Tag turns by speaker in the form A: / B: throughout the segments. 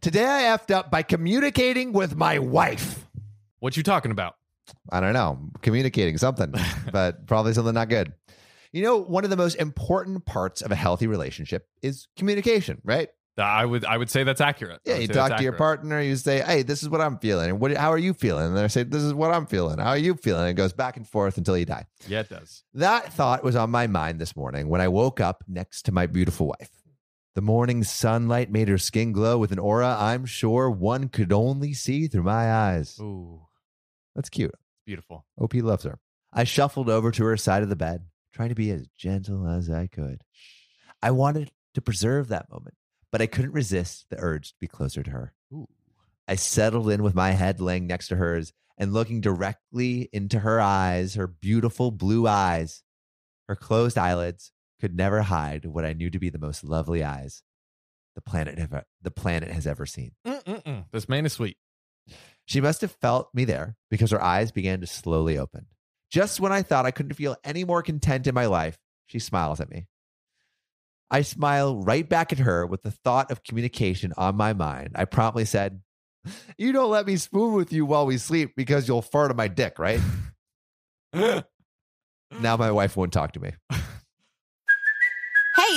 A: Today I effed up by communicating with my wife.
B: What you talking about?
A: I don't know, communicating something, but probably something not good. You know, one of the most important parts of a healthy relationship is communication, right?
B: I would I would say that's accurate. I
A: Yeah,
B: would
A: you
B: say
A: talk
B: that's
A: to your
B: accurate.
A: partner, you say, Hey, this is what I'm feeling. And what, how are you feeling? And they say, This is what I'm feeling. How are you feeling? And it goes back and forth until you die.
B: Yeah, it does.
A: That thought was on my mind this morning when I woke up next to my beautiful wife. The morning sunlight made her skin glow with an aura I'm sure one could only see through my eyes.
B: Ooh,
A: That's cute.
B: it's beautiful.
A: OP loves her. I shuffled over to her side of the bed, trying to be as gentle as I could. I wanted to preserve that moment, but I couldn't resist the urge to be closer to her.
B: Ooh.
A: I settled in with my head laying next to hers and looking directly into her eyes, her beautiful blue eyes. Her closed eyelids could never hide what I knew to be the most lovely eyes the planet ever, the planet has ever seen.
B: Mm-mm-mm. This man is sweet.
A: She must have felt me there because her eyes began to slowly open. Just when I thought I couldn't feel any more content in my life, she smiles at me. I smile right back at her with the thought of communication on my mind. I promptly said, You don't let me spoon with you while we sleep because you'll fart on my dick, right? now my wife won't talk to me.
C: Hey,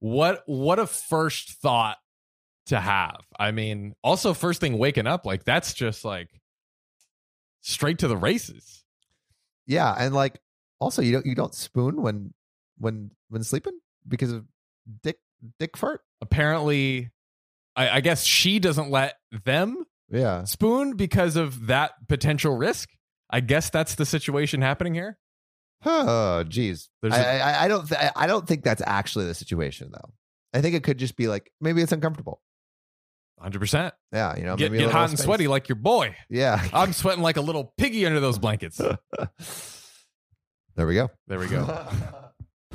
B: What what a first thought to have. I mean, also first thing waking up like that's just like straight to the races.
A: Yeah, and like also you don't you don't spoon when when when sleeping because of dick dick fart.
B: Apparently, I, I guess she doesn't let them
A: Yeah.
B: spoon because of that potential risk. I guess that's the situation happening here.
A: Oh, geez. I
B: There's
A: I
B: a-
A: I I don't. Th- I- I don't think that's actually the situation, though. I think it could just be like maybe it's uncomfortable.
B: Hundred percent.
A: Yeah, you know, Oh,
B: Get,
A: maybe a
B: get
A: little
B: hot and
A: space.
B: sweaty like your boy.
A: Yeah.
B: I'm sweating like a little piggy under those blankets.
A: there we go.
B: There we go.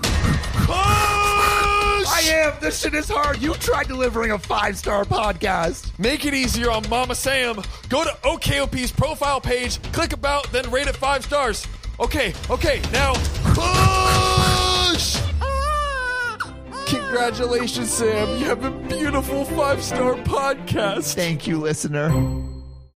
A: I am. This shit is hard. You tried delivering a five star podcast.
D: Make it easier on Mama Sam. Go to OKOP's profile page, click about, then rate it five stars. Okay, okay, now push! Congratulations, Sam. You have a beautiful five star podcast.
A: Thank you, listener.